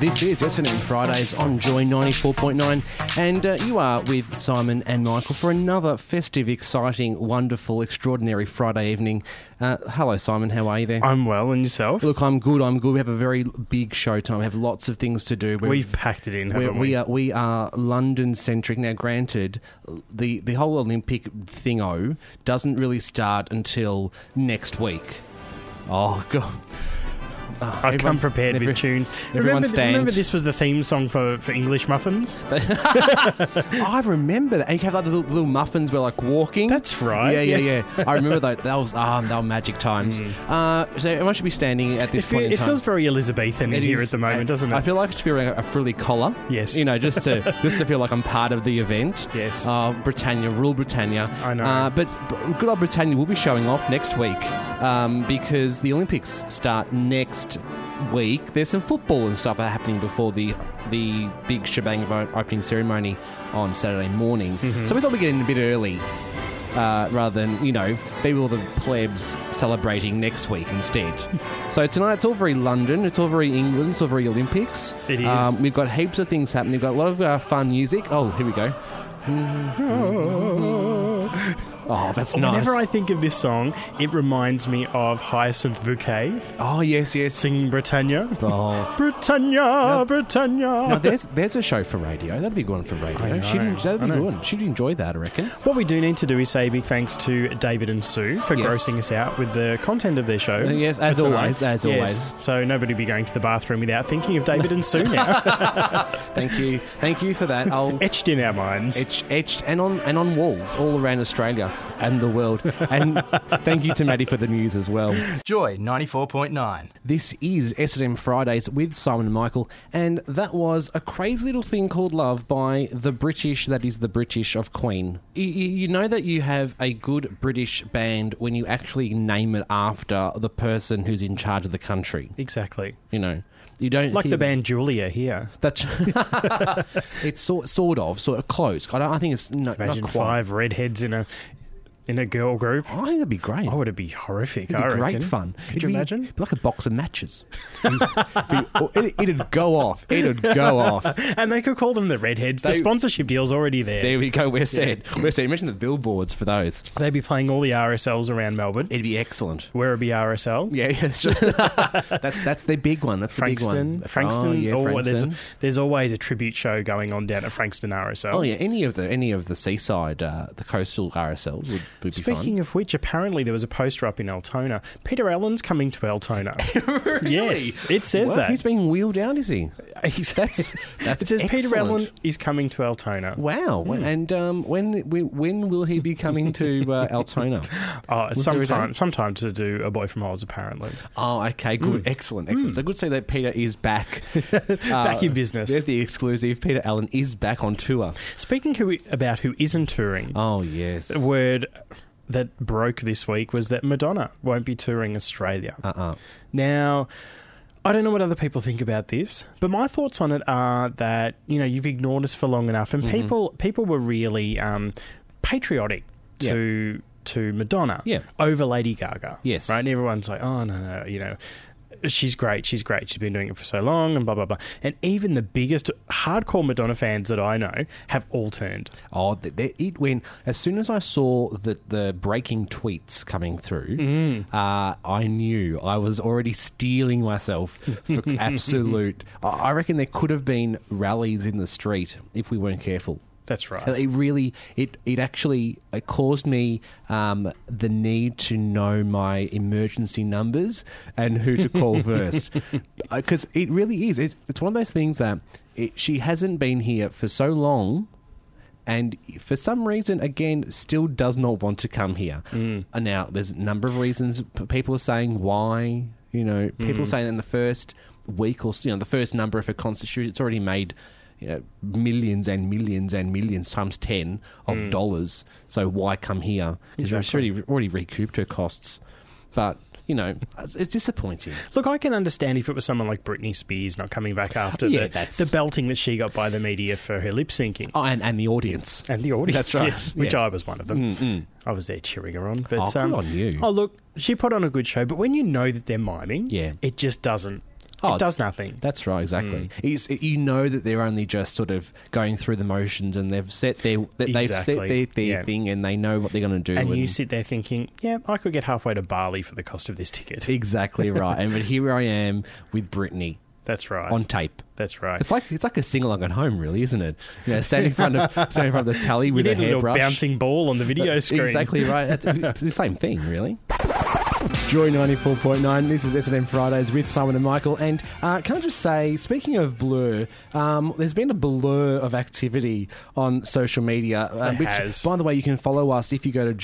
This is SNM Fridays on Joy 94.9, and uh, you are with Simon and Michael for another festive, exciting, wonderful, extraordinary Friday evening. Uh, hello, Simon. How are you there? I'm well, and yourself? Look, I'm good. I'm good. We have a very big show time. We have lots of things to do. We're- We've packed it in, we're- haven't we? we are we are London centric now. Granted, the the whole Olympic thing o doesn't really start until next week. Oh god, I've come everyone- prepared every- with tunes. everyone remember, th- remember stand. this was the theme song for, for English muffins? Oh, I remember that. And you have like the little, little muffins were like walking. That's right. Mm. Yeah, yeah, yeah. I remember that. That was ah, that were magic times. Uh, so everyone should be standing at It, this fe- point in it time. feels very Elizabethan in It here is- at the moment, I- doesn't it? I feel like it should be wearing a frilly collar. Yes. You know, just to just to feel like I'm part of the event. Yes. Uh, Britannia, rule Britannia. I know. Uh, but b- good old Britannia will be showing off next week um, because the Olympics start next week. There's some football and stuff are happening before the the big shebang of o- opening ceremony on Saturday morning. Mm-hmm. So we thought we'd get in a bit early. Uh, rather than, you know, maybe all the plebs celebrating next week instead. so tonight it's all very London, it's all very England, it's all very Olympics. Um, It is. we've got heaps of things happening. We've got a lot of uh, fun music. Oh, here we go. Oh, that's nice. Whenever I think of this song, it reminds me of Hyacinth Bouquet Oh yes, yes. singing Britannia. Oh. Britannia, Britannia. Now there's there's a show for radio. That'd be good one for radio. I She'd, know, that'd be I know. good. one. She'd enjoy that, I reckon. what we do need to do is say big thanks to David and Sue for Yes. grossing us out with the content of their show. Uh, yes, for as tonight. always, as Yes. always. So nobody be going to the bathroom without thinking of David and Sue now. Thank you, thank you for that. I'll etched in our minds. etched, etched and on and on walls all around Australia and the world. And thank you to Maddie for the news as well. Joy 94.9. This is S&M Fridays with Simon and Michael, and that was a crazy little thing called love by the British. That is the British of Queen. You, you know that you have a good British band when you actually name it after the person who's in charge of the country. Exactly. You know, you don't Like hear- the band Julia here. That's it's sort sort of sort of close. I, don't, I think it's no, not Imagine quite. five redheads in a in a girl group. I think that'd be great. Oh, it'd be horrific. It'd be I great reckon. fun. Could It'd you be- imagine? it'd be like a box of matches. It'd be- it'd go off. It'd go off. Uh, And they could call them the redheads. the They- sponsorship deal's already there. There we go. We're set. We're set. Imagine the billboards for those. They'd be playing all the RSLs around Melbourne. It'd be excellent. Where it be RSL? Yeah, yeah, it's just- that's that's their big one. That's the big Frankston, one. Frankston. Oh, yeah, or Frankston. There's, there's always a tribute show going on down at Frankston RSL. Oh yeah, any of the any of the seaside, uh, the coastal RSLs would, would be Speaking of which, apparently there was a poster up in Eltona. Peter Allen's coming to Eltona. fun. Yes, it says Well, that. He's being wheeled out, is he? That's, that's it says Peter excellent. Allen is coming to Eltona. Wow. Hmm. And um, when we- when will he be coming to uh, Altona? Uh, there a sometime, date? sometime to do a boy from Oz, apparently. Oh, okay, good, excellent, excellent. So good to see that Peter is back, back in business. There's the exclusive. Peter Allen is back on tour. Speaking who, about who isn't touring, Oh yes. the word that broke this week was that Madonna won't be touring Australia. Uh-uh. Now, I don't know what other people think about this, but my thoughts on it are that you know you've ignored us for long enough, and Mm-hmm. people people were really um, patriotic Yeah. to to Madonna, Yeah. over Lady Gaga, Yes. right? And everyone's like, oh no, no, you know. She's great. She's great. She's been doing it for so long, and blah blah blah. And even the biggest hardcore Madonna fans that I know have all turned. Oh, th th it went as soon as I saw the the breaking tweets coming through. Uh, I knew I was already stealing myself for absolute. I I reckon there could have been rallies in the street if we weren't careful. That's right. It really, it it actually it caused me um, the need to know my emergency numbers and who to call first, because it really is. It's, it's one of those things that it, she hasn't been here for so long, and for some reason, again, still does not want to come here. And now there's a number of reasons P- people are saying why. You know, people saying in the first week or s- you know the first number of her constitution, it's already made you know, millions and millions and millions times 10 of Hmm. dollars. So why come here? She's Exactly. already, already recouped her costs. But, you know, it's, it's disappointing. Look, I can understand if it was someone like Britney Spears not coming back after Yeah, the, that's- the belting that she got by the media for her lip syncing. Oh, and, and the audience. And the audience, That's right. yes, which Yeah. Mm, I was one of them. I was there cheering her on. But, Oh, good um, on you. Oh, look, she put on a good show, but when you know that they're miming, Yeah. it just doesn't. Oh, it does it's- nothing. That's right, exactly. Hmm. It's, you know that they're only just sort of going through the motions, and they've set their that they've set Exactly. their, their Yeah. thing, and they know what they're going to do. and you sit there thinking, yeah, I could get halfway to Bali for the cost of this ticket. exactly right. and but here I am with Brittany That's right. on tape. That's right. It's like it's like a sing along at home, really, isn't it? You know, standing in front of standing in front of the tally you with need a little hairbrush. bouncing ball on the video That- screen. Exactly right. That's the same thing, really. Joy 94.9, this is S&M Fridays with Simon and Michael. And uh, can I just say, speaking of blur, um, there's been a blur of activity on social media. uh, There which, has. By the way, you can follow us if you go to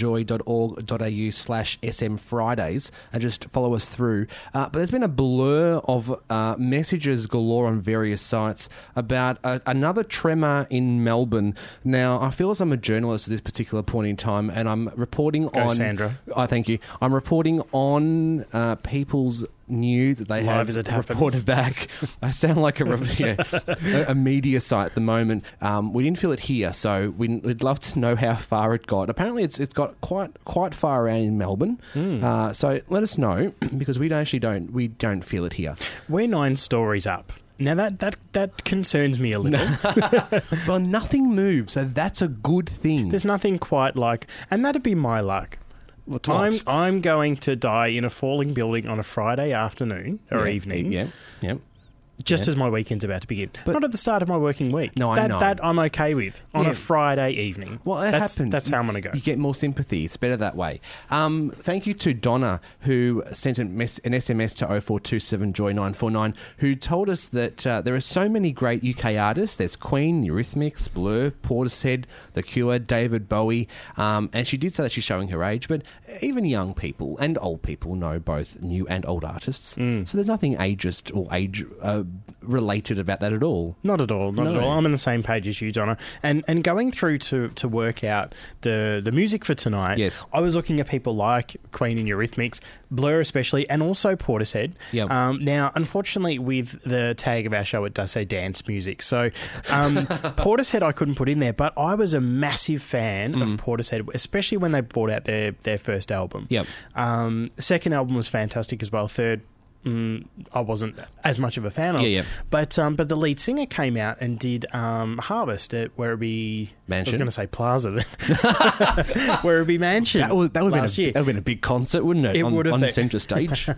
joy.org.au slash SM Fridays and just follow us through. Uh, but there's been a blur of uh, messages galore on various sites about a, another tremor in Melbourne. Now, I feel as I'm a journalist at this particular point in time and I'm reporting Go, on. Sandra. I thank you. I'm reporting on uh, people's news that they Live have as it happens. reported back. I sound like a, re- yeah, a, a media site at the moment. Um, we didn't feel it here, so we, we'd love to know how far it got. Apparently, it's it's got quite quite far around in Melbourne. Hmm. Uh, so let us know because we don't- actually don't we don't feel it here. We're nine stories up. Now that that that concerns me a little. Well, nothing moves, so that's a good thing. There's nothing quite like, and that'd be my luck. What? I'm I'm going to die in a falling building on a Friday afternoon or Yeah, evening, Yeah, yeah. just yeah. as my weekend's about to begin. Not at the start of my working week. No, I that, know. that I'm okay with on Yeah. a Friday evening. Well, it that's, happens. That's You- how I'm going to go. You get more sympathy. It's better that way. Um, thank you to Donna, who sent a mess, an SMS to 0427 Joy 949, who told us that uh, there are so many great UK artists. There's Queen, Eurythmics, Blur, Portishead, The Cure, David Bowie. Um, and she did say that she's showing her age, but even young people and old people know both new and old artists. Mm. So there's nothing ageist or age uh, related about that at all. Not at all. Not No. at all. I'm on the same page as you, Donna. And and going through to, to work out the the music for tonight. Yes. I was looking at people like Queen and Eurythmics, Blur especially, and also Portishead. Yep. Um, now, unfortunately, with the tag of our show, it does say dance music. So um, Portishead, I couldn't put in there, but I was a massive fan Mm. of Portishead, especially when they brought out their their first album. Yep. Um, second album was fantastic as well. Third. Mm, I wasn't as much of a fan of, Yeah, yeah. but um, but the lead singer came out and did um, Harvest at Werribee Mansion? I was going to say Plaza, then. Werribee Mansion. That would, that would have last been a, year. that would have been a big concert, wouldn't it? It on would have on the been. centre stage.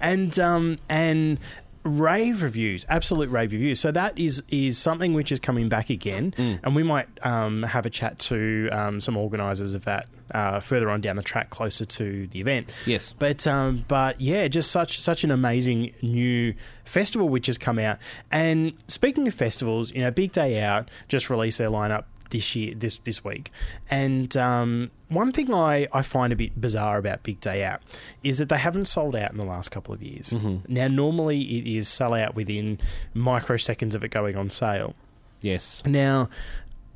and um, and rave reviews, absolute rave reviews. So that is is something which is coming back again, Mm. and we might um, have a chat to um, some organisers of that uh, further on down the track, closer to the event. Yes. but um, but yeah, just such such an amazing new festival which has come out. And speaking of festivals, you know, Big Day Out just released their lineup. This year, this this week, and um, one thing I, I find a bit bizarre about Big Day Out is that they haven't sold out in the last couple of years. Now, normally it is sell out within microseconds of it going on sale. yes. Now,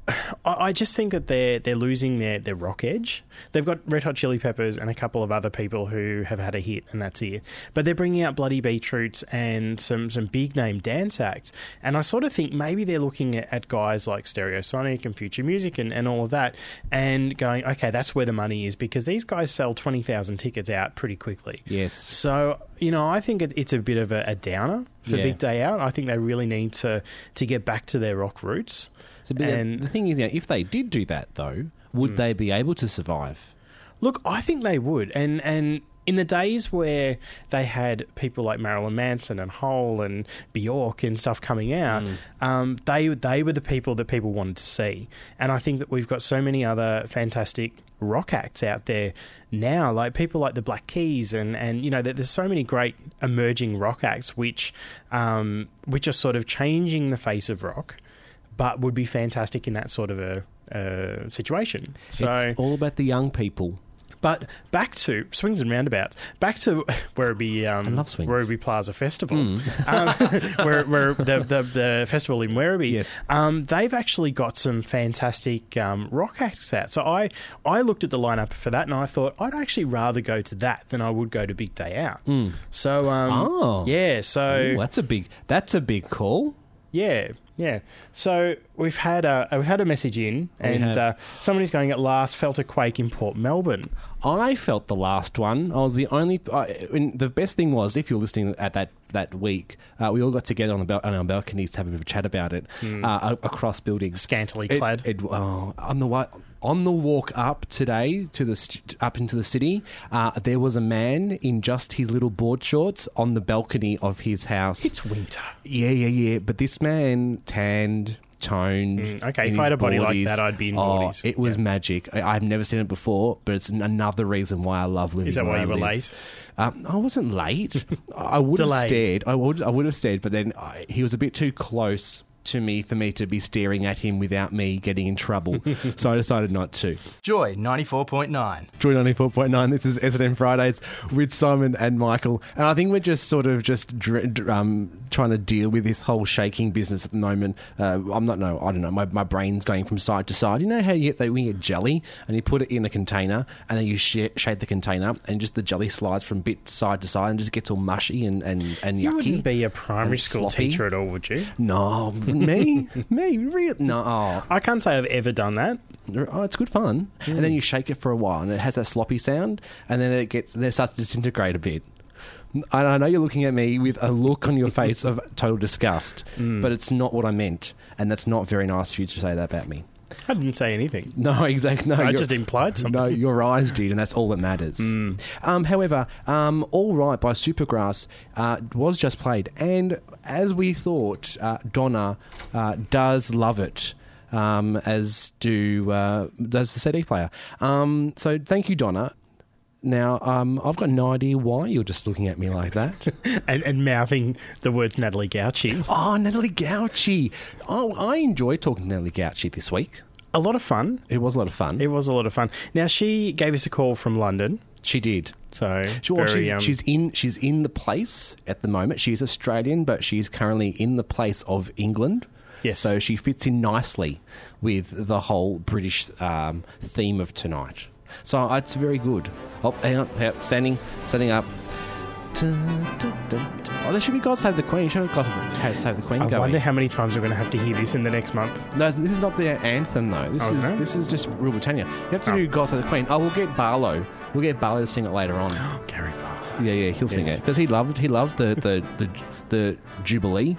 I, I just think that they're they're losing their, their rock edge. They've got Red Hot Chili Peppers and a couple of other people who have had a hit, and that's it. But they're bringing out Bloody Beetroots and some some big name dance acts. And I sort of think maybe they're looking at, at guys like Stereo Sonic and Future Music and, and all of that, and going, okay, that's where the money is because these guys sell twenty thousand tickets out pretty quickly. Yes. So you know, I think it, it's a bit of a, a downer for Yeah. Big Day Out. I think they really need to to get back to their rock roots. So, but And- Hmm. the thing is, you know, if they did do that, though, would they be able to survive? Look, I think they would, and and in the days where they had people like Marilyn Manson and Hole and Bjork and stuff coming out, um, they they were the people that people wanted to see, and I think that we've got so many other fantastic rock acts out there now, like people like the Black Keys, and and you know there, there's so many great emerging rock acts which um, which are sort of changing the face of rock, but would be fantastic in that sort of a. Uh, situation. So it's all about the young people. But back to swings and roundabouts. Back to Werribee. Um, love swings. Mm. Werribee Plaza Festival, um, where, where the, the the festival in Werribee. Yes. Um, they've actually got some fantastic um, rock acts out. So I I looked at the lineup for that and I thought I'd actually rather go to that than I would go to Big Day Out. So um, Hmm. Oh. yeah, so Ooh, that's a big. That's a big call. yeah, yeah. So we've had a we've had a message in, and have. uh, someone who's going at last felt a quake in Port Melbourne. I felt the last one. I was the only. I and the best thing was if you were listening at that that week, uh, we all got together on, the bal- on our balconies to have a bit of a chat about it Hmm. uh, a- across buildings. Scantily It- clad. it- oh, on the wa- on the walk up today to the st- up into the city, uh, there was a man in just his little board shorts on the balcony of his house. it's winter. yeah, yeah, yeah. But this man tanned. Toned. Mm, okay, in if his I had a body like boardies. that, I'd be in Oh, boardies. It was magic. I, I've never seen it before, but it's an- another reason why I love living. Is that where why I you were live. late? Um, I wasn't late. I would have Delayed. stared. I would. I would have stared. But then I, he was a bit too close to me for me to be staring at him without me getting in trouble. so I decided not to. Joy 94.9. Joy ninety four point nine. This is S&M Fridays with Simon and Michael, and I think we're just sort of just dr- dr- um, trying to deal with this whole shaking business at the moment. Uh, I'm not no, I don't know. My, my brain's going from side to side. You know how you get that when you get jelly and you put it in a container and then you sh- shade the container and just the jelly slides from bit side to side and just gets all mushy and and and You yucky. wouldn't be a primary and school sloppy. teacher at all, would you? No, me, me, real no. oh. I can't say I've ever done that. Oh, it's good fun. And then you shake it for a while, and it has that sloppy sound, and then it gets then it starts to disintegrate a bit. And I know you're looking at me with a look on your face of total disgust, but it's not what I meant, and that's not very nice for you to say that about me. I didn't say anything. No, exactly. No, I you're- just implied something. Hmm. No, your eyes did, and that's all that matters. Um, however, um, All Right by Supergrass uh, was just played, and as we thought, uh, Donna uh, does love it. Um, as do uh, does the CD player. Um, so thank you, Donna. Now um, I've got no idea why you're just looking at me like that. And, and mouthing the words Natalie Gauchi. oh, Natalie Gauchi. Oh, I enjoy talking to Natalie Gauchi this week. A lot of fun. It was a lot of fun. It was a lot of fun. Now, she gave us a call from London. she did. So, She, well, very, she's, um, she's in she's in the place at the moment. She's Australian, but she's currently in the place of England. Yes. So she fits in nicely with the whole British um, theme of tonight. So uh, it's very good. Oh, hang on, hang on, standing, standing up. Oh, there should be God Save the Queen. Should have God Save- Save the Queen I going. wonder how many times we're going to have to hear this in the next month. No, this is not their anthem though. This Oh, is isn't it? this is just Rule Britannia. You have to do God Save the Queen. Oh, we'll get Barlow. We'll get Barlow to sing it later on. Gary Barlow. Yeah, yeah, he'll sing Yes. it because he loved he loved the the the, the jubilee,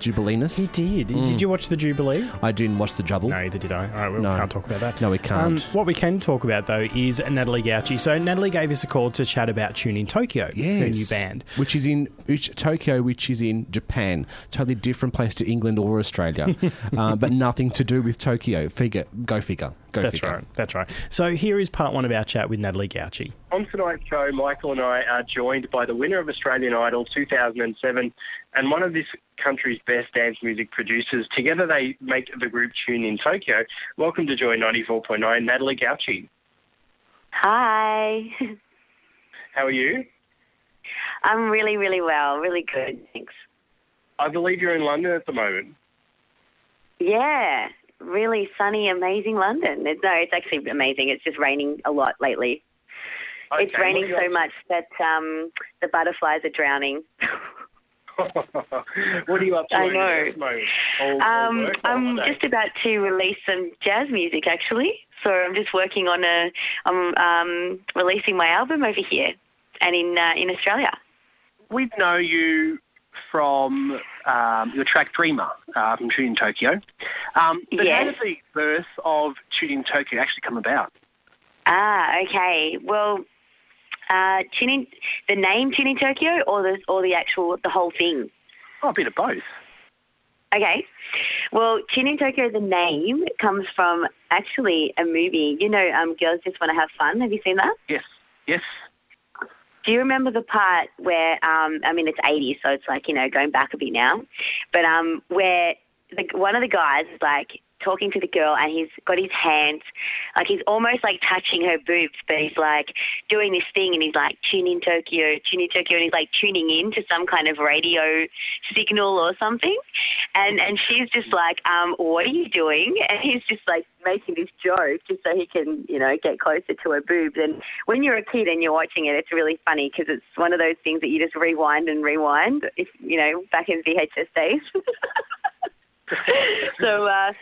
jubiliness. He did. Mm. Did you watch the Jubilee? I didn't watch the jubble. No, neither did I. All right, we No. can't talk about that. Um, No, we can't. what we can talk about, though, is Natalie Gauchi. So, Natalie gave us a call to chat about Tune in Tokyo, her new band. which is in which Tokyo, which is in Japan, totally different place to England or Australia, uh, but nothing to do with Tokyo. Figure, go figure, go That's figure. right. That's right. So, here is part one of our chat with Natalie Gauchi. On tonight's show, Michael and I are joined by the winner of Australian Idol 2007 and one of this country's best dance music producers. Together they make the group Tune in Tokyo. Welcome to Joy 94.9, Natalie Gauchi. Hi. How are you? I'm really, really well. Really good. Thanks. I believe you're in London at the moment. Yeah. Really sunny, amazing London. It, no, it's actually amazing. It's just raining a lot lately. it's Okay, raining what are so you much that um, the butterflies are drowning. what are you up to I over there know. at the moment? All- all Um, work or I'm holiday? just about to release some jazz music, actually. So I'm just working on a. I'm um, releasing my album over here and in uh, in Australia. We know you from um, your track Dreamer uh, from Shooting Tokyo. Um, but how Yes. did the birth of Shooting Tokyo actually come about? Ah, okay. Well, uh, Tune in the name Tune in Tokyo, or the or the actual the whole thing. Oh, a bit of both. Okay. Well, Tune in Tokyo, the name comes from actually a movie. You know, um, girls just want to have fun. Have you seen that? Yes. Yes. Do you remember the part where, um, I mean, it's 80s, so it's like, you know, going back a bit now, but um, where the, one of the guys is like, talking to the girl and he's got his hands, like he's almost like touching her boobs, but he's like doing this thing and he's like, tune in Tokyo, tune in Tokyo, and he's like tuning in to some kind of radio signal or something. And, and she's just like, um, what are you doing? And he's just like making this joke just so he can, you know, get closer to her boobs. And when you're a kid and you're watching it, it's really funny because it's one of those things that you just rewind and rewind, if, you know, back in VHS days. so uh,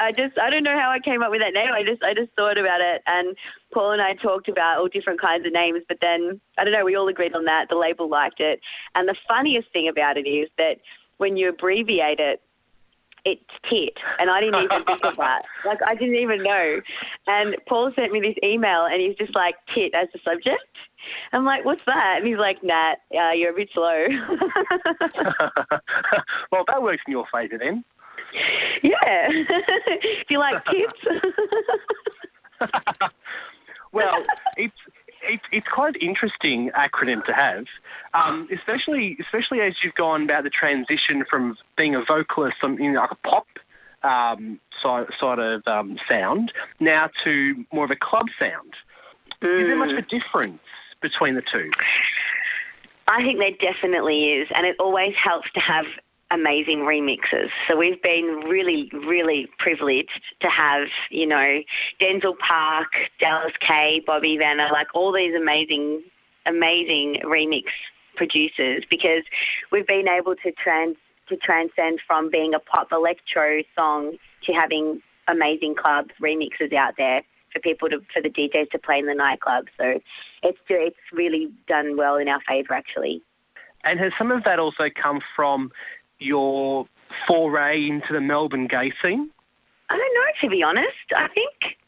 I just I don't know how I came up with that name. I just I just thought about it, and Paul and I talked about all different kinds of names. But then I don't know. We all agreed on that. The label liked it, and the funniest thing about it is that when you abbreviate it. It's tit, and I didn't even think of that. Like I didn't even know. And Paul sent me this email, and he's just like tit as the subject. I'm like, what's that? And he's like, Nat, uh, you're a bit slow. well, that works in your favour then. yeah, do you like tits? Well, it's it's it's quite an interesting acronym to have, um, especially especially as you've gone about the transition from being a vocalist, from you know, like a pop um, sort, sort of um, sound, now to more of a club sound. Is there much of a difference between the two? I think there definitely is, and it always helps to have amazing remixes. So we've been really, really privileged to have, you know, Denzel Park, Dallas K, Bobby Vanna, like all these amazing, amazing remix producers because we've been able to trans to transcend from being a pop electro song to having amazing club remixes out there for people to for the DJs to play in the nightclub. So it's it's really done well in our favour actually. And has some of that also come from your foray into the Melbourne gay scene? I don't know, to be honest. I think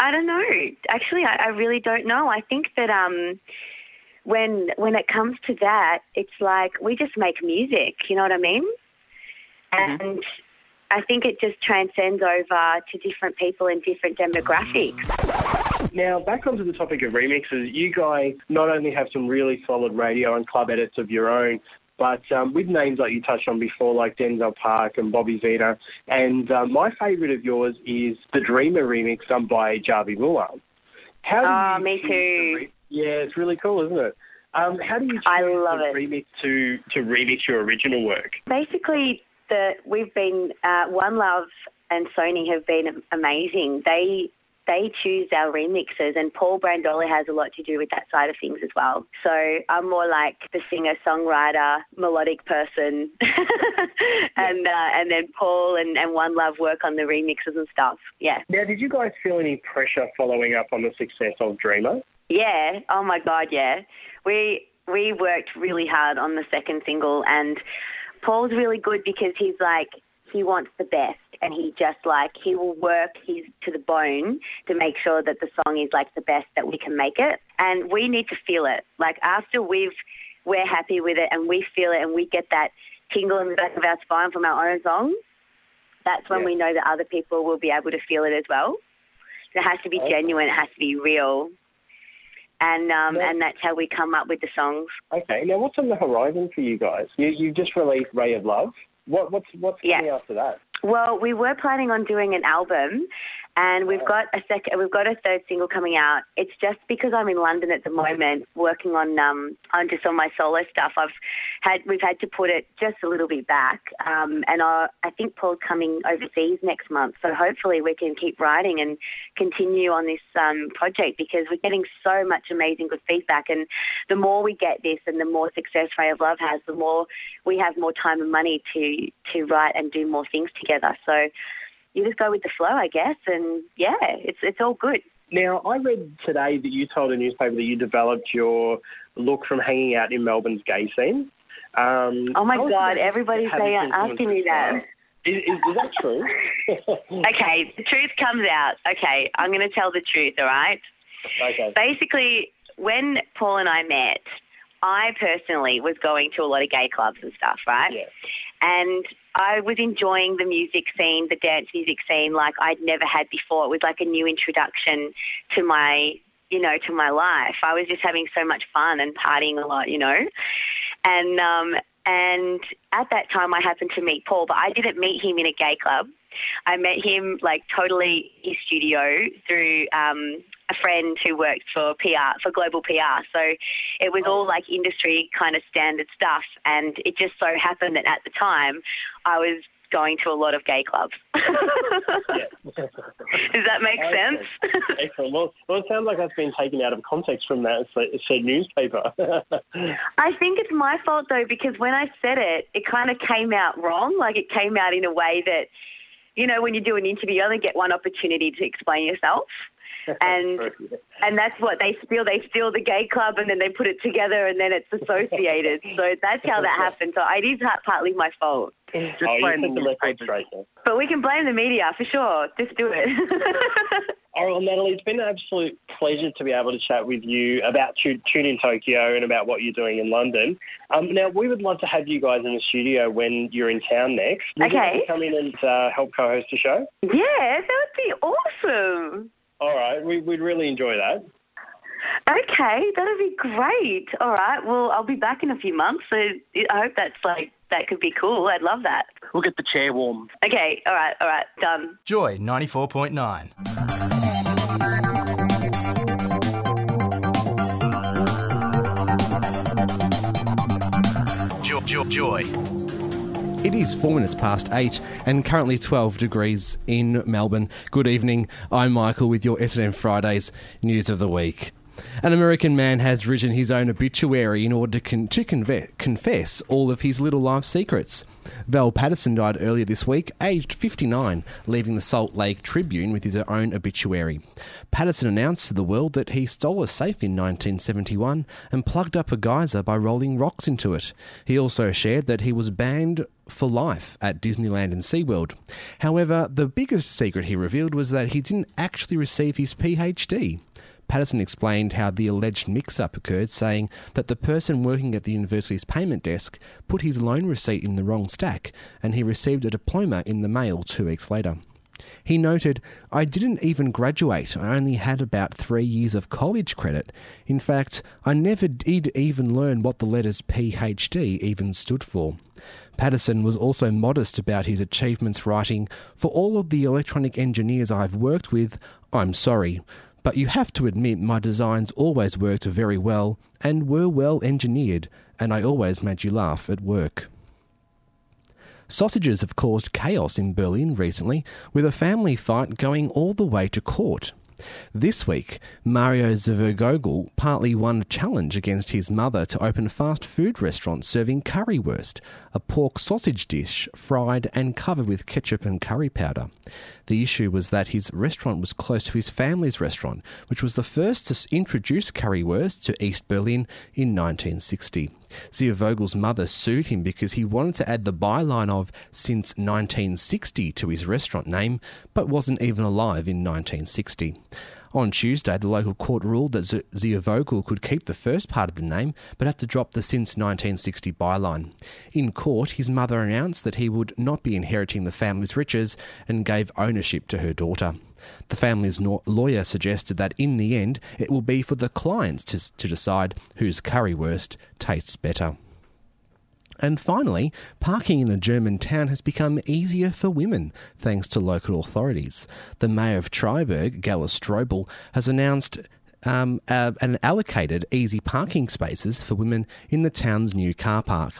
I don't know. Actually, I, I really don't know. I think that um, when when it comes to that, it's like we just make music. You know what I mean? And I think it just transcends over to different people and different demographics. Now, back onto the topic of remixes, you guys not only have some really solid radio and club edits of your own, but um, with names like you touched on before, like Denzel Park and Bobby Vita, and uh, my favourite of yours is the Dreamer remix done by Javi Mullah. How do Ah, you me choose the too. re- yeah, it's really cool, isn't it? Um, how do you choose I love the it. remix to, to remix your original work? basically the we've been uh, One Love and Sony have been amazing. They they choose our remixes, and Paul Brandola has a lot to do with that side of things as well. So I'm more like the singer songwriter, melodic person, and uh, and then Paul and, and One Love work on the remixes and stuff. Yeah. Now, did you guys feel any pressure following up on the success of Dreamer? Yeah. Oh my God. Yeah. We we worked really hard on the second single, and Paul's really good because he's like he wants the best, and he just like he will work his to the bone to make sure that the song is like the best that we can make it, and we need to feel it. Like after we've we're happy with it and we feel it and we get that tingle in the back of our spine from our own song, that's when Yeah. we know that other people will be able to feel it as well. It has to be genuine. It has to be real and um, Yeah. and that's how we come up with the songs. Okay, now what's on the horizon for you guys? You, you've just released Ray of Love. What, what's what's Yeah. coming after that? Well, we were planning on doing an album, and we've got a second, we've got a third single coming out. It's just because I'm in London at the moment, working on um, on just on my solo stuff. I've had we've had to put it just a little bit back, um, and I, I think Paul's coming overseas next month, so hopefully we can keep writing and continue on this um, project because we're getting so much amazing good feedback, and the more we get this, and the more success Ray of Love has, the more we have more time and money to to write and do more things together. So you just go with the flow, I guess, and yeah, it's it's all good. Now, I read today that you told a newspaper that you developed your look from hanging out in Melbourne's gay scene. Um, Oh my how is God, that everybody's having saying- influence asking me that. on you? Is, is, is that true? Okay, the truth comes out. Okay, I'm going to tell the truth. All right. okay. Basically, when Paul and I met, I personally was going to a lot of gay clubs and stuff, right? Yeah. And I was enjoying the music scene, the dance music scene, like I'd never had before. It was like a new introduction to my, you know, to my life. I was just having so much fun and partying a lot, you know. And um, and at that time, I happened to meet Paul, but I didn't meet him in a gay club. I met him like totally in studio through um, a friend who worked for PR, for global PR. So it was all like industry kind of standard stuff. And it just so happened that at the time I was going to a lot of gay clubs. Does that make Okay. sense? Excellent. Well, well, it sounds like that's been taken out of context from that sa- said newspaper. I think it's my fault though because when I said it, it kind of came out wrong. Like it came out in a way that, you know, when you do an interview, you only get one opportunity to explain yourself, and and that's what they steal. They steal the gay club and then they put it together and then it's associated. so that's how that happened. So it is ha- partly my fault, Just oh, you playing set the the record newspapers. straight there. but we can blame the media for sure. Just do it. All right, well, Oh, Natalie, it's been an absolute pleasure to be able to chat with you about Tu- Tune in Tokyo and about what you're doing in London. Um, now, we would love to have you guys in the studio when you're in town next. Would you like Okay. to come in and uh, help co-host the show? yeah, that would be awesome. All right, we, we'd really enjoy that. Okay, that'd be great. All right, well, I'll be back in a few months, so I hope that's like that could be cool. I'd love that. We'll get the chair warm. Okay, all right, all right, done. Joy 94.9. Joy, joy, joy. It is four minutes past eight and currently 12 degrees in Melbourne. Good evening. I'm Michael with your SNM Fridays news of the week. An American man has written his own obituary in order to, con- to conve- confess all of his little life secrets. Val Patterson died earlier this week, aged 59, leaving the Salt Lake Tribune with his own obituary. Patterson announced to the world that he stole a safe in 1971 and plugged up a geyser by rolling rocks into it. He also shared that he was banned for life at Disneyland and SeaWorld. However, the biggest secret he revealed was that he didn't actually receive his PhD. Patterson explained how the alleged mix up occurred, saying that the person working at the university's payment desk put his loan receipt in the wrong stack and he received a diploma in the mail two weeks later. He noted, I didn't even graduate. I only had about three years of college credit. In fact, I never did even learn what the letters PhD even stood for. Patterson was also modest about his achievements, writing, For all of the electronic engineers I've worked with, I'm sorry. But you have to admit my designs always worked very well and were well engineered, and I always made you laugh at work. Sausages have caused chaos in Berlin recently, with a family fight going all the way to court. This week, Mario Zvergogel partly won a challenge against his mother to open a fast food restaurant serving currywurst, a pork sausage dish fried and covered with ketchup and curry powder. The issue was that his restaurant was close to his family's restaurant, which was the first to s- introduce currywurst to East Berlin in 1960. Zia Vogel's mother sued him because he wanted to add the byline of since 1960 to his restaurant name, but wasn't even alive in 1960. On Tuesday, the local court ruled that Z- Zia Vogel could keep the first part of the name, but had to drop the since 1960 byline. In court, his mother announced that he would not be inheriting the family's riches and gave ownership to her daughter. The family's no- lawyer suggested that in the end, it will be for the clients to, to decide whose currywurst tastes better. And finally, parking in a German town has become easier for women thanks to local authorities. The mayor of Triburg, Gala Strobel, has announced um, uh, and allocated easy parking spaces for women in the town's new car park.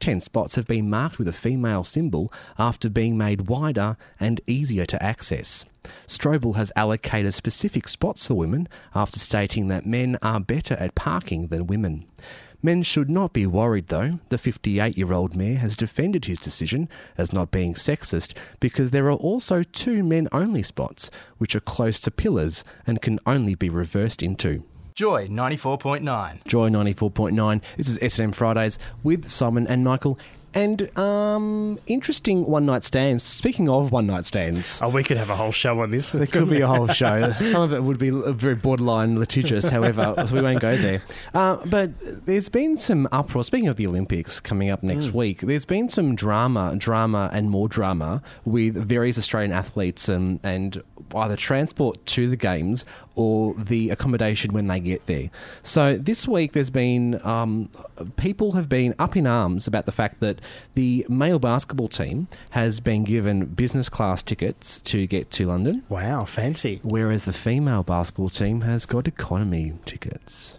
Ten spots have been marked with a female symbol after being made wider and easier to access. Strobel has allocated specific spots for women after stating that men are better at parking than women. Men should not be worried, though. The 58 year old mayor has defended his decision as not being sexist because there are also two men only spots, which are close to pillars and can only be reversed into. Joy 94.9. Joy 94.9. This is SNM Fridays with Simon and Michael. And um, interesting one night stands. Speaking of one night stands, Oh, we could have a whole show on this. There could be a whole show. Some of it would be very borderline litigious, however, so we won't go there. Uh, but there's been some uproar. Speaking of the Olympics coming up next week, there's been some drama, drama, and more um, drama with various Australian athletes and, and either transport to the Games or the accommodation when they get there. So this week there's been um, people have been up in arms about the fact that the male basketball team has been given business class tickets to get to London Wow, fancy. whereas the female basketball team has got economy tickets.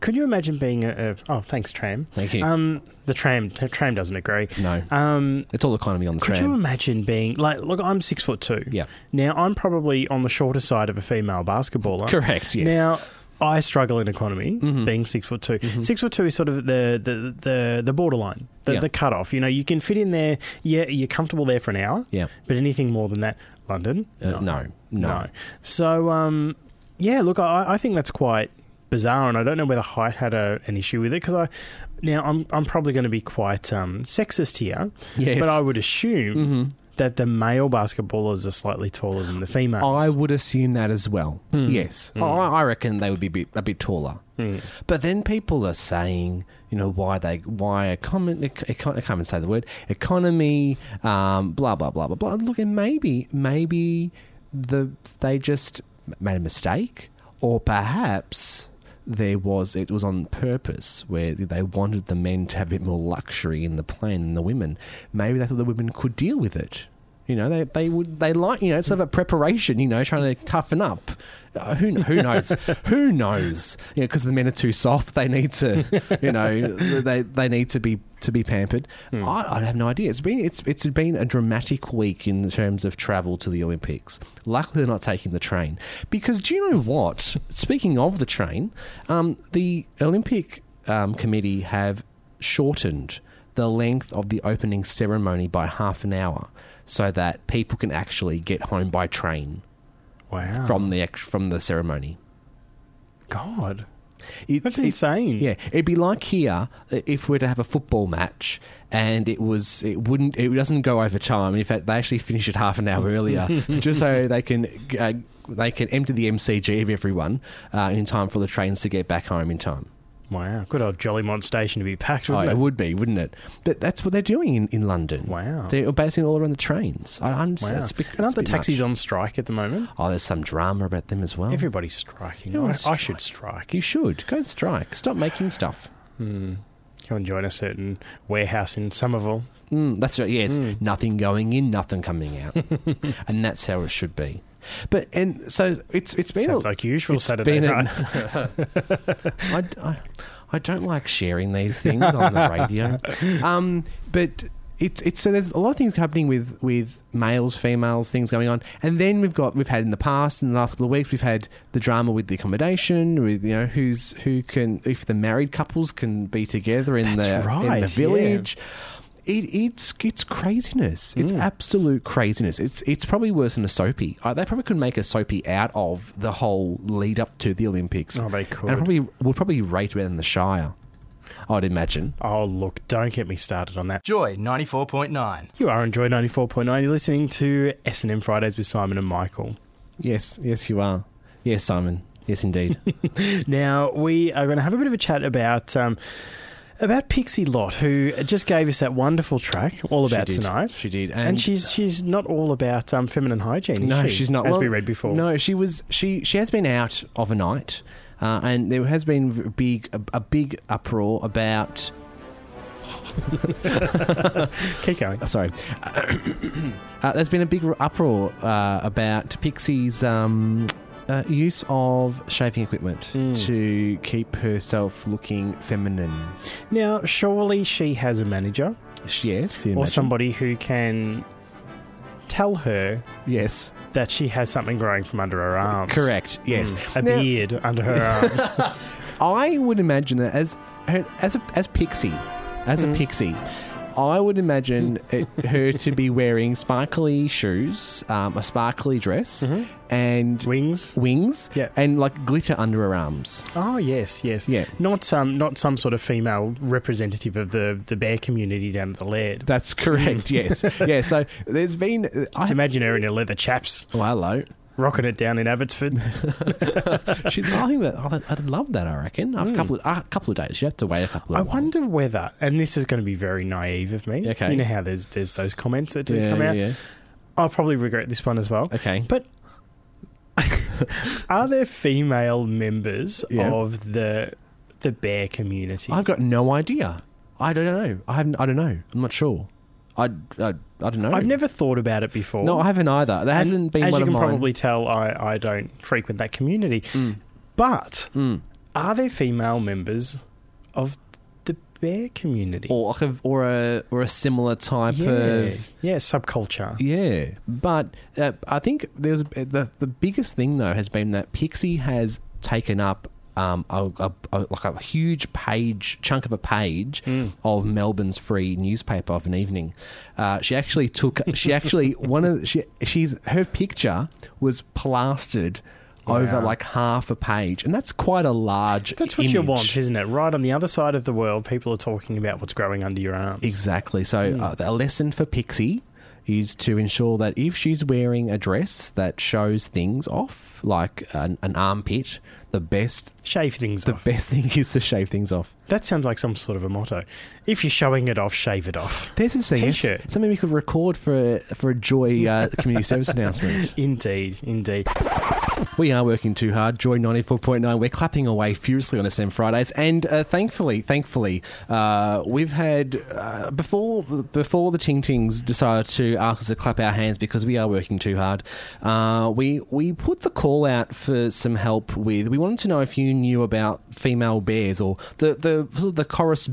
Could you imagine being a, a oh thanks tram? Thank you. Um, the tram t- tram doesn't agree. No. Um, It's all economy on the could you tram. imagine being like look? I'm six foot two. Yeah. Now I'm probably on the shorter side of a female basketballer. Correct, yes. Now. I struggle in economy, being six foot 2 Six foot two is sort of the the the, the borderline, the, Yeah. the cutoff. You know, you can fit in there. Yeah, you're comfortable there for an hour. Yeah. But anything more than that, London, Uh, no, no. no. So, um, yeah, look, I, I think that's quite bizarre, and I don't know whether height had a, an issue with it because I now I'm I'm probably going to be quite um, sexist here, Yes. Mm-hmm. but I would assume that the male basketballers are slightly taller than the females. I would assume that as well. Yes, I, I reckon they would be a bit, a bit taller. But then people are saying, you know, why they why a common I can't I can't even say the word economy, um, blah blah blah blah blah. Look, and maybe maybe the they just made a mistake, or perhaps there was it was on purpose where they wanted the men to have a bit more luxury in the plane than the women. Maybe they thought the women could deal with it. You know, they they would they like you know it's sort of a preparation. You know, trying to toughen up. Uh, who kn- who knows? who knows? You know, because the men are too soft. They need to, you know, they they need to be to be pampered. I, I have no idea. It's been it's it's been a dramatic week in terms of travel to the Olympics. Luckily, they're not taking the train because do you know what? Speaking of the train, um, the Olympic um, committee have shortened the length of the opening ceremony by half an hour so that people can actually get home by train wow, from the act- from the ceremony. God, It's, that's it- insane. yeah, it'd be like here uh, if we're to have a football match and it was it wouldn't it doesn't go over time. In fact, they actually finish it half an hour earlier just so they can uh, they can empty the MCG of everyone uh, in time for the trains to get back home in time. Wow, good old Jollymont station to be packed. Oh, Wouldn't it it? would be, wouldn't it? But that's what they're doing in, in London. Wow. They're basing it all around the trains. I understand. Wow. It's a bit- and aren't it's a the bit taxis much. on strike at the moment? Oh, there's some drama about them as well. Everybody's striking. I, Everyone's I should strike. you should. Go and strike. Stop making stuff. Come and join a certain warehouse in Somerville. Mm, that's right. Yes, nothing going in, nothing coming out, and that's how it should be. But and so it's it's been Sounds a, like usual it's Saturday been a- night. I, I, I don't like sharing these things on the radio. Um, but it's it's so there's a lot of things happening with with males, females, things going on, and then we've got we've had in the past in the last couple of weeks we've had the drama with the accommodation with you know who's who can if the married couples can be together in That's the in right, yeah. the village. It, it's it's craziness. It's absolute craziness. It's it's probably worse than a soapy. Uh, they probably could make a soapy out of the whole lead up to the Olympics. Oh, they And could. probably would probably rate better than the Shire. I'd imagine. Oh, look, don't get me started on that. Joy 94.9. You are on Joy 94.9. You're listening to S&M Fridays with Simon and Michael. Yes, yes, you are. Yes, Simon. Yes, indeed. Now, we are going to have a bit of a chat about um, about Pixie Lott, who just gave us that wonderful track, All She About did. Tonight. She did, And, and- uh, she's she's not all about um, feminine hygiene, is no, she? she's not. As well, we read before. No, she was. She she has been out of a night, uh, and there has been v- big a, a big uproar about. Keep going. Sorry, uh, there's been a big uproar uh, about Pixie's um, uh, use of shaving equipment Hmm. to keep herself looking feminine. Now, surely she has a manager Yes, you or imagine. somebody who can tell her Yes, that she has something growing from under her arms. correct. Hmm. Yes, A Now- beard under her arms. I would imagine that as her, as a, as Pixie, as Hmm. a Pixie, I would imagine it, her to be wearing sparkly shoes, um, a sparkly dress, and Mm-hmm. Wings. wings, Yeah. and like glitter under her arms. Oh yes, yes, Yeah. Not um, not some sort of female representative of the the bear community down at the laird. That's correct. Yes, yeah. So there's been. I, Imagine her in her leather chaps, oh, hello. rocking it down in Abbotsford. She's, I think that I'd, I'd love that. I reckon. After a couple of a couple of days, you have to wait a couple of. I wonder whether, and this is going to be very naive of me. Okay. You know how there's there's those comments that do Yeah, come out. yeah, yeah. I'll probably regret this one as well. Okay. But Are there female members Yeah. of the the bear community? I've got no idea. I don't know. I haven't. I don't know. I'm not sure. I, I, I don't know. I've never thought about it before. No, I haven't either. There And hasn't been As one you of can mine. Mm. probably tell, I, I don't frequent that community. But are there female members of the bear community? or like a, or a or a similar type yeah, of yeah, subculture. yeah. But uh, I think there's the the biggest thing though has been that Pixie has taken up. Um, a, a, a, like a huge page, chunk of a page Hmm. of Melbourne's free newspaper of an evening. Uh, she actually took. She actually one of she she's her picture was plastered over like half a page, and that's quite a large. That's what you image. want, isn't it? Right on the other side of the world, people are talking about what's growing under your arms. Exactly. So uh, a lesson for Pixie is to ensure that if she's wearing a dress that shows things off, like an, an armpit, the best Shave things the off. best thing is to shave things off. that sounds like some sort of a motto. If you're showing it off, shave it off. There's a thing. T-shirt. Something we could record for for a joy uh, community service announcement. Indeed, indeed. We are working too hard. Joy 94.9. We're clapping away furiously on SM Fridays. And uh, thankfully, thankfully, uh, we've had, uh, before before the Ting Tings decided to ask us to clap our hands because we are working too hard, uh, we, we put the call out for some help with. We wanted to know if you knew about female bears or the, the, sort of the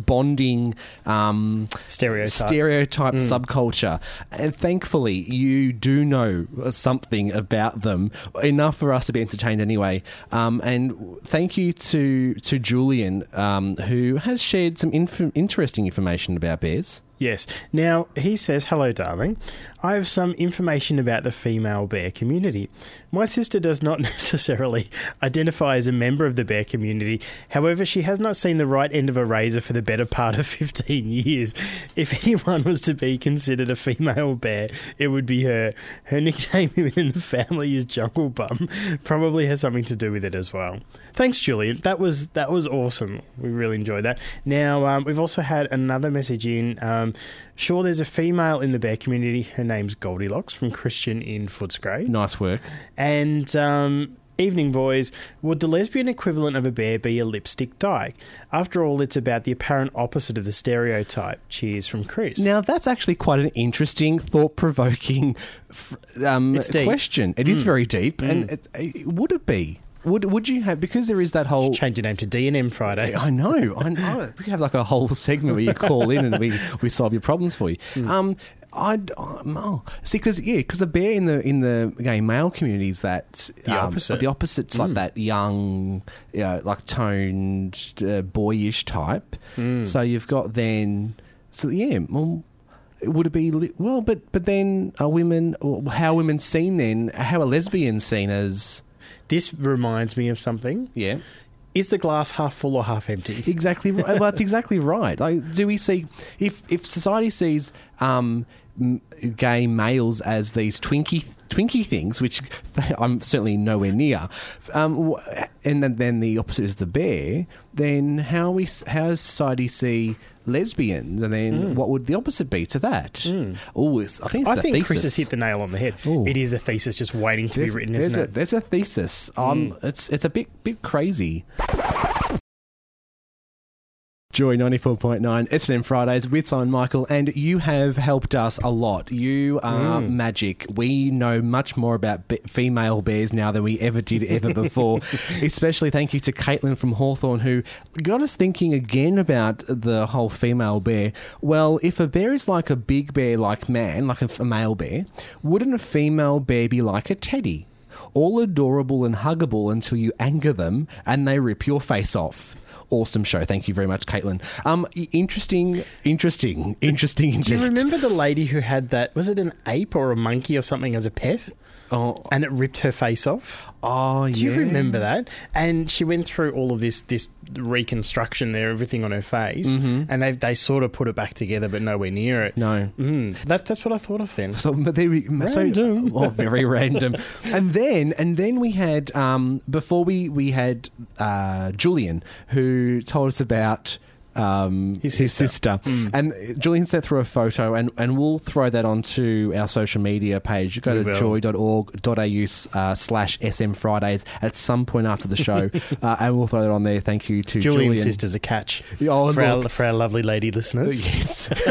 corresponding um, Stereotype. stereotype Mm. subculture. And thankfully, you do know something about them, enough for us to be entertained anyway. Um, and thank you to, to Julian, um, who has shared some inf- interesting information about bears. Yes. Now, he says, Hello, darling. I have some information about the female bear community. My sister does not necessarily identify as a member of the bear community. However, she has not seen the right end of a razor for the better part of 15 years. If anyone was to be considered a female bear, it would be her. Her nickname within the family is Jungle Bum. Probably has something to do with it as well. Thanks, Julian. That was that was awesome. We really enjoyed that. Now um, we've also had another message in. Um, sure, there's a female in the bear community. Her name's Goldilocks from Christian in Footscray. Nice work. And um, evening, boys. Would the lesbian equivalent of a bear be a lipstick dyke? After all, it's about the apparent opposite of the stereotype. Cheers from Chris. Now, that's actually quite an interesting, thought provoking um, It's deep. Mm. question. It is very deep. And it, it- would it be? Would, would you have, because there is that whole change your name to D and M Fridays. I know. I know. we could have like a whole segment where you call in and we, we solve your problems for you. Um, I'd um, oh, see because yeah, because the bear in the in the gay male community is that um, The opposite. The Hmm. opposite's like that young, you know, like toned, uh, boyish type. So you've got then. So yeah, well. Would it be li- well, but but then are women? well, How are women seen then? How are lesbians seen as? This reminds me of something. Yeah, Is the glass half full or half empty? Exactly. Right. well, that's exactly right. Like, do we see if if society sees um, m- gay males as these twinky twinky things, which I'm certainly nowhere near, um, wh- and then, then the opposite is the bear. Then how we s- how does society see lesbians, and then what would the opposite be to that? Oh, it's, I think it's Hmm. I the think thesis. Chris has hit the nail on the head. Ooh. It is a thesis just waiting to be written, there's isn't a, it? Hmm. There's a thesis. Um, it's it's a bit bit crazy. Joy 94.9, SNM Fridays with Simon Michael, and you have helped us a lot. You are magic. We know much more about be- female bears now than we ever did ever before. Especially thank you to Caitlin from Hawthorne, who got us thinking again about the whole female bear. Well, if a bear is like a big bear, like man, like a, f- a male bear, wouldn't a female bear be like a teddy? All adorable and huggable until you anger them and they rip your face off awesome show. Thank you very much, Caitlin. Um, i- interesting, interesting, interesting. Do you remember the lady who had that? Was it an ape or a monkey or something as a pet? Oh, And it ripped her face off. oh, Do you remember that? And she went through all of this this reconstruction there, everything on her face, and they they sort of put it back together, but nowhere near it. No. mm, that, that's what I thought of then. So, but there we so- Random. oh, very random. And then, and then we had um, before we we had uh, Julian who told us about um, His Hmm. sister. And Julian sent through a photo, and, and we'll throw that onto our social media page. You go will. to joy.org.au uh, slash SM Fridays at some point after the show, uh, and we'll throw that on there. Thank you to Julian's Julian. sister's a catch Oh, for, our, look. for our lovely lady listeners. Yes,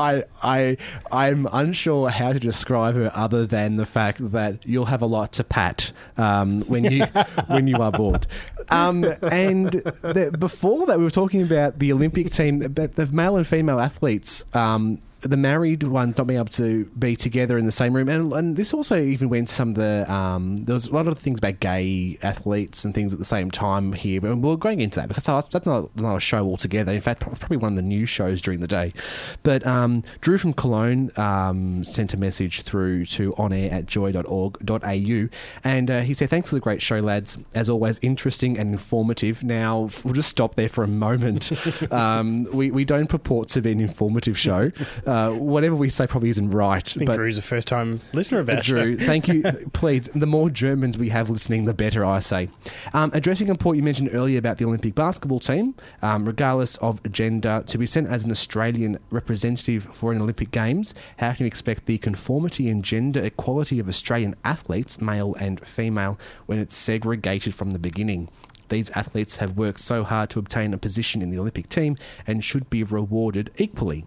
I, I, I'm unsure how to describe her other than the fact that you'll have a lot to pat um, when you when you are bored. Um, and the, before that, we were talking about the Olympic team, but the male and female athletes. Um, the married ones not being able to be together in the same room, and, and this also even went to some of the um, there was a lot of things about gay athletes and things at the same time here, but we're going into that because that's that's not, not a show altogether. In fact, it's probably one of the news shows during the day. But um, Drew from Cologne um, sent a message through to onair at joy.org.au, and uh, he said, "Thanks for the great show, lads. As always, interesting and informative." Now f- we'll just stop there for a moment. um, we we don't purport to be an informative show. Uh, whatever we say probably isn't right. I think Drew's a first time listener of our Drew, show. thank you. Please, the more Germans we have listening, the better, I say. Um, addressing a point you mentioned earlier about the Olympic basketball team, um, regardless of gender, to be sent as an Australian representative for an Olympic Games, how can you expect the conformity and gender equality of Australian athletes, male and female, when it's segregated from the beginning? These athletes have worked so hard to obtain a position in the Olympic team and should be rewarded equally.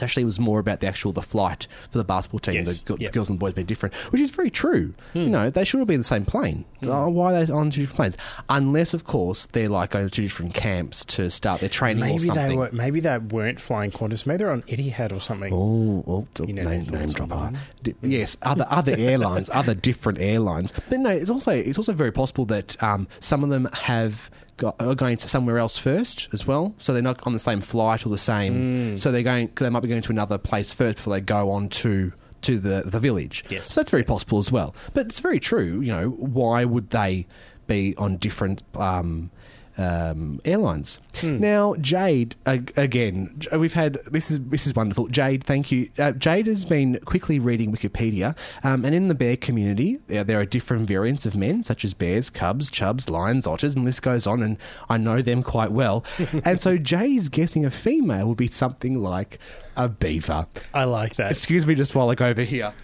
Actually, it was more about the actual the flight for the basketball team. Yes. The, the Yep. girls and boys being different, which is very true. You know, they should all be in the same plane. Oh, why are they on two different planes? Unless, of course, they're like going to two different camps to start their training or Maybe something. they were. Maybe they weren't flying Qantas. Maybe they're on Etihad or something. Oh, well, d- You know name, their name thoughts drop. on ah. that. D- Yes, other other airlines, other different airlines. But no, it's also it's also very possible that um, some of them have got, are going to somewhere else first as well. So they're not on the same flight or the Hmm. same. So they're going. They might be going to another place first before they go on to. To the, the village. Yes. So that's very possible as well. But it's very true. You know, why would they be on different um, um, airlines. Now, Jade ag- again. J- We've had this is this is wonderful. Jade, thank you. Uh, Jade has been quickly reading Wikipedia, um, and in the bear community, there, there are different variants of men, such as bears, cubs, chubs, lions, otters, and the list goes on. And I know them quite well. and so, Jade is guessing a female would be something like a beaver. I like that. Excuse me, just while I go over here.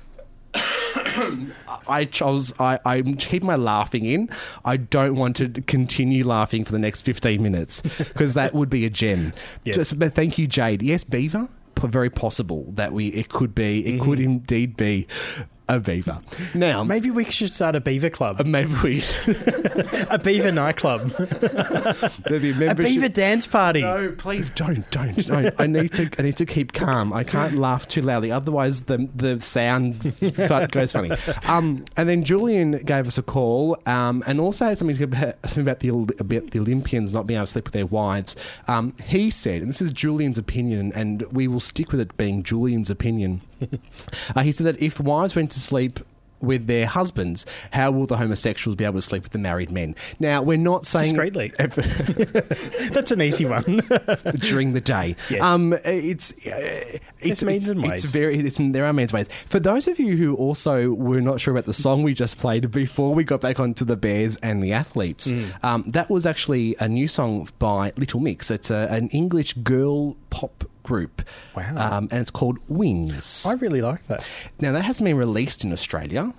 I chose. I, I keep my laughing in. I don't want to continue laughing for the next fifteen minutes because that would be a gem. Yes. Just, but thank you, Jade. Yes, beaver. P- Very possible that we. It could be. It could Mm-hmm. indeed be a beaver. Now, maybe, Maybe we should start a beaver club, maybe we a beaver nightclub, there'd be a membership- beaver dance party. No, please don't, don't, don't. I need to, I need to keep calm. I can't laugh too loudly, otherwise the the sound f- goes funny. Um, and then Julian gave us a call, um, and also had something about, something about the Oli- about the Olympians not being able to sleep with their wives. Um, he said, and this is Julian's opinion, and we will stick with it being Julian's opinion. uh, he said that if wives went to sleep. With their husbands, how will the homosexuals be able to sleep with the married men? Now, we're not saying Discreetly. That's an easy one. during the day. Yes. Um, it's uh, it's, means it's, and it's ways. very it's, there are means and ways. For those of you who also were not sure about the song we just played before we got back onto the Bears and the athletes, Mm. um, that was actually a new song by Little Mix. It's a, an English girl pop group. Wow. Um, and it's called Wings. I really like that. Now that hasn't been released in Australia.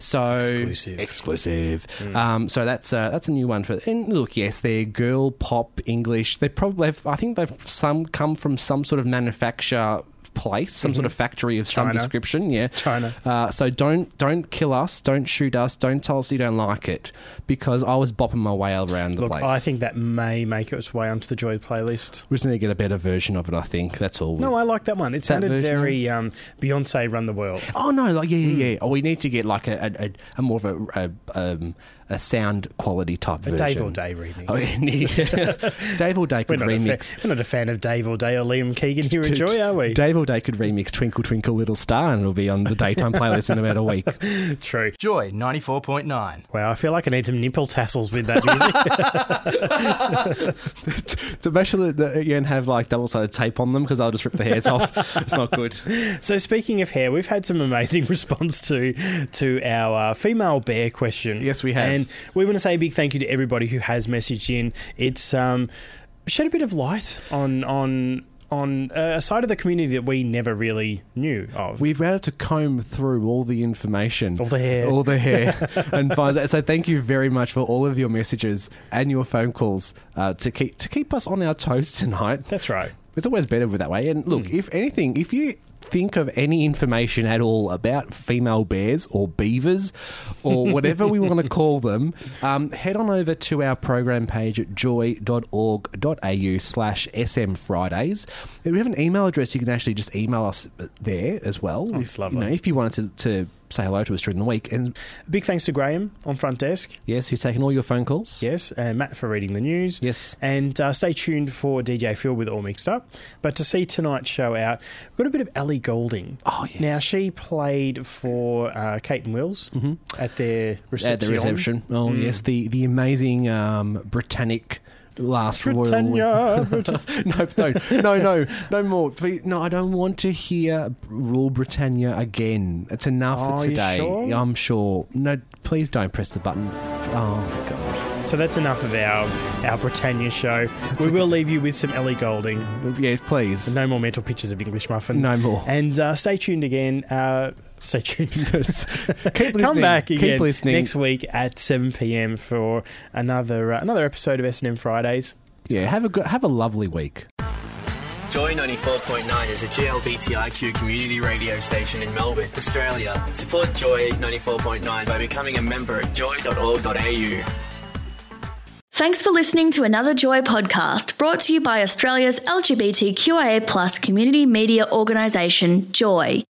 So Exclusive. Hmm. exclusive. Um, so that's uh, that's a new one for. And look, yes, they're girl pop English. They probably, have, I think they've some come from some sort of manufacture place, some sort of factory of some Mm-hmm. China. description. Yeah, China. Uh, so don't don't kill us, don't shoot us, don't tell us you don't like it, because I was bopping my way around the Look, place. I think that may make its way onto the Joy playlist. we just need to get a better version of it. I think that's all. No, I like that one. It sounded version, very um, Beyonce Run the World. Oh no! Like yeah, Hmm. yeah, yeah. Oh, we need to get like a a, a, a more of a a, um, a sound quality type A version. Dave or Day remix. Oh, yeah. Dave or Day we're, could not a remix. fa- we're not a fan of Dave or Day or Liam Keegan here in Joy, are we? Dave or Day could remix "Twinkle Twinkle Little Star" and it'll be on the daytime playlist in about a week. True. Joy 94.9. Wow, I feel like I need some nipple tassels with that music. so make sure that, that you don't have like double-sided tape on them because I'll just rip the hairs off. It's not good. So speaking of hair, we've had some amazing response to to our uh, female bear question. Yes, we have. and we want to say a big thank you to everybody who has messaged in. It's um. shed a bit of light on on on uh, a side of the community that we never really knew of. We've managed to comb through all the information, All the hair. all the hair, and find out. So thank you very much for all of your messages and your phone calls uh, to keep to keep us on our toes tonight. That's right. It's always better with that way. And look, if anything, if you think of any information at all about female bears or beavers or whatever we want to call them, um, head on over to our program page at joy.org.au slash SM Fridays. We have an email address. You can actually just email us there as well. that's if, lovely. You know, if you wanted to, to say hello to us during the week. And Big thanks to Graham on front desk. yes, who's taken all your phone calls. Yes, and Matt for reading the news. Yes. And uh, stay tuned for DJ Phil with All Mixed Up. But to see tonight's show out, we've got a bit of Ellie Golding. Oh, yes. Now, she played for uh, Kate and Wills at their reception. Mm-hmm. At the reception. Oh, Mm. yes. The, the amazing um, Britannic last royal. Britannia, Brit- no, don't. No, no, no more. Please, no, I don't want to hear Rule Britannia again. It's enough Are for you today. sure? I'm sure. No, please don't press the button. Oh, my God. so that's enough of our, our Britannia show. we will leave you with some Ellie Golding. Yes, please. No more mental pictures of English muffins. No more. And uh, stay tuned again. Uh, stay tuned. Keep Come listening. back Keep again listening. next week at 7 p.m. for another uh, another episode of S&M Fridays. Yeah, have a good, have a lovely week. Joy 94.9 is a GLBTIQ community radio station in Melbourne, Australia. Support Joy 94.9 by becoming a member at joy.org.au. Thanks for listening to another Joy podcast brought to you by Australia's LGBTQIA community media organisation, Joy.